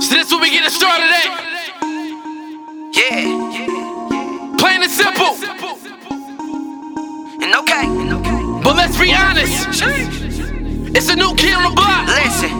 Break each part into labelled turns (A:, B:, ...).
A: So this is what we getting started eh? at.
B: Yeah,
A: Plain and simple.
B: and okay.
A: But let's be honest. It's a new kid on the block.
B: Listen,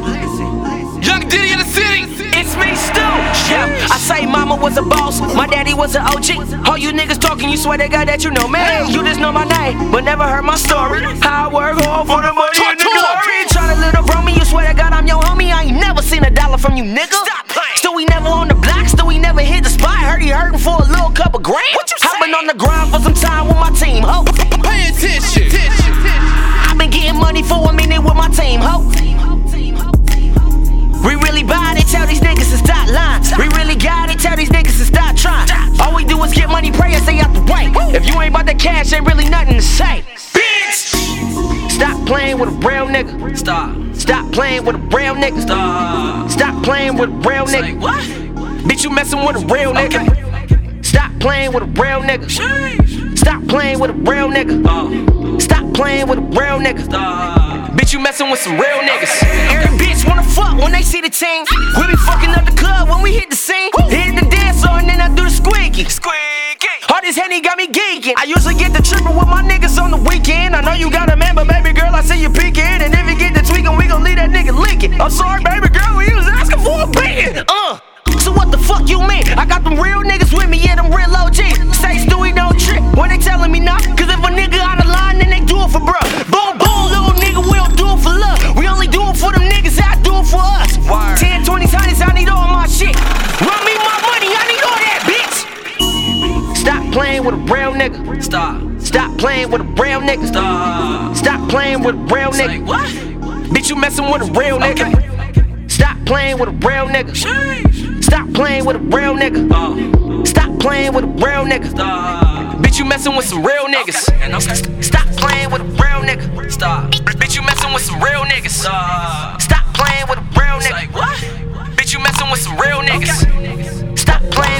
A: Young Diddy in the city.
B: it's me, Stu. Yeah, I say mama was a boss, my daddy was an OG. All you niggas talking, you swear to God that you know me. You just know my name, but never heard my story. How I work hard for the money and the
A: Talk to 'em.
B: glory. Try to little bro me, you swear to God I'm your homie. I ain't never seen a dollar from you, nigga. Stop playing. Still we never on the block, still we never hit the spot. Heard he hurting for a little couple grand. What you I've been on the grind for some time with my team, ho.
A: Pay attention.
B: I've been getting money for a minute with my team, ho. We really buy it, tell these niggas to stop lying. We really got it, tell these niggas to stop trying. All we do is get money, pray, and stay out the way. If you ain't about the cash, ain't really nothing to say. Bitch! Stop playing with a brown nigga. Stop. Stop playing with a brown nigga. Stop. Stop playing with a brown nigga. what? Bitch, you messing with a real nigga. Stop playing with a real nigga. Stop playing with a real nigga. Stop playing with a real nigga. Bitch, you messing with some real niggas. Every bitch wanna fuck when they see the team. We be fucking up the club when we hit the scene. Hit the dance floor and then I do the squeaky. Squeaky. All this henny got me geeking. I usually get the trippin' with my niggas on the weekend. I know you got a man, but baby girl, I see you peeking. And if you get the tweaking, we gon' leave that nigga leaking. I'm sorry, baby girl, we was asking for a beating. Uh. So what the fuck you mean? I got them real niggas with me, yeah, them real OG. Say Stewie no trick when they telling me not. Cause if a nigga out of line, then they do it for bruh. Boom, boom, little nigga, we don't do it for love. We only do it for them niggas, I do it for us. 10, 20s, honeys, I need all my shit. Run me my money, I need all that, bitch. Stop playing with a real nigga. Stop. Stop playing with a real nigga. Stop. Stop playing with a real nigga. what? Bitch, you messing with a real nigga. Stop playing with a real nigga. Stop playing with a real nigga. Stop playing with a real nigga. Bitch, you messing with some real niggas. Stop playing with a real nigga. Stop. Bitch, you messing with some real niggas. Stop playing with a real nigga. Bitch, you messing with some real niggas. Stop playing.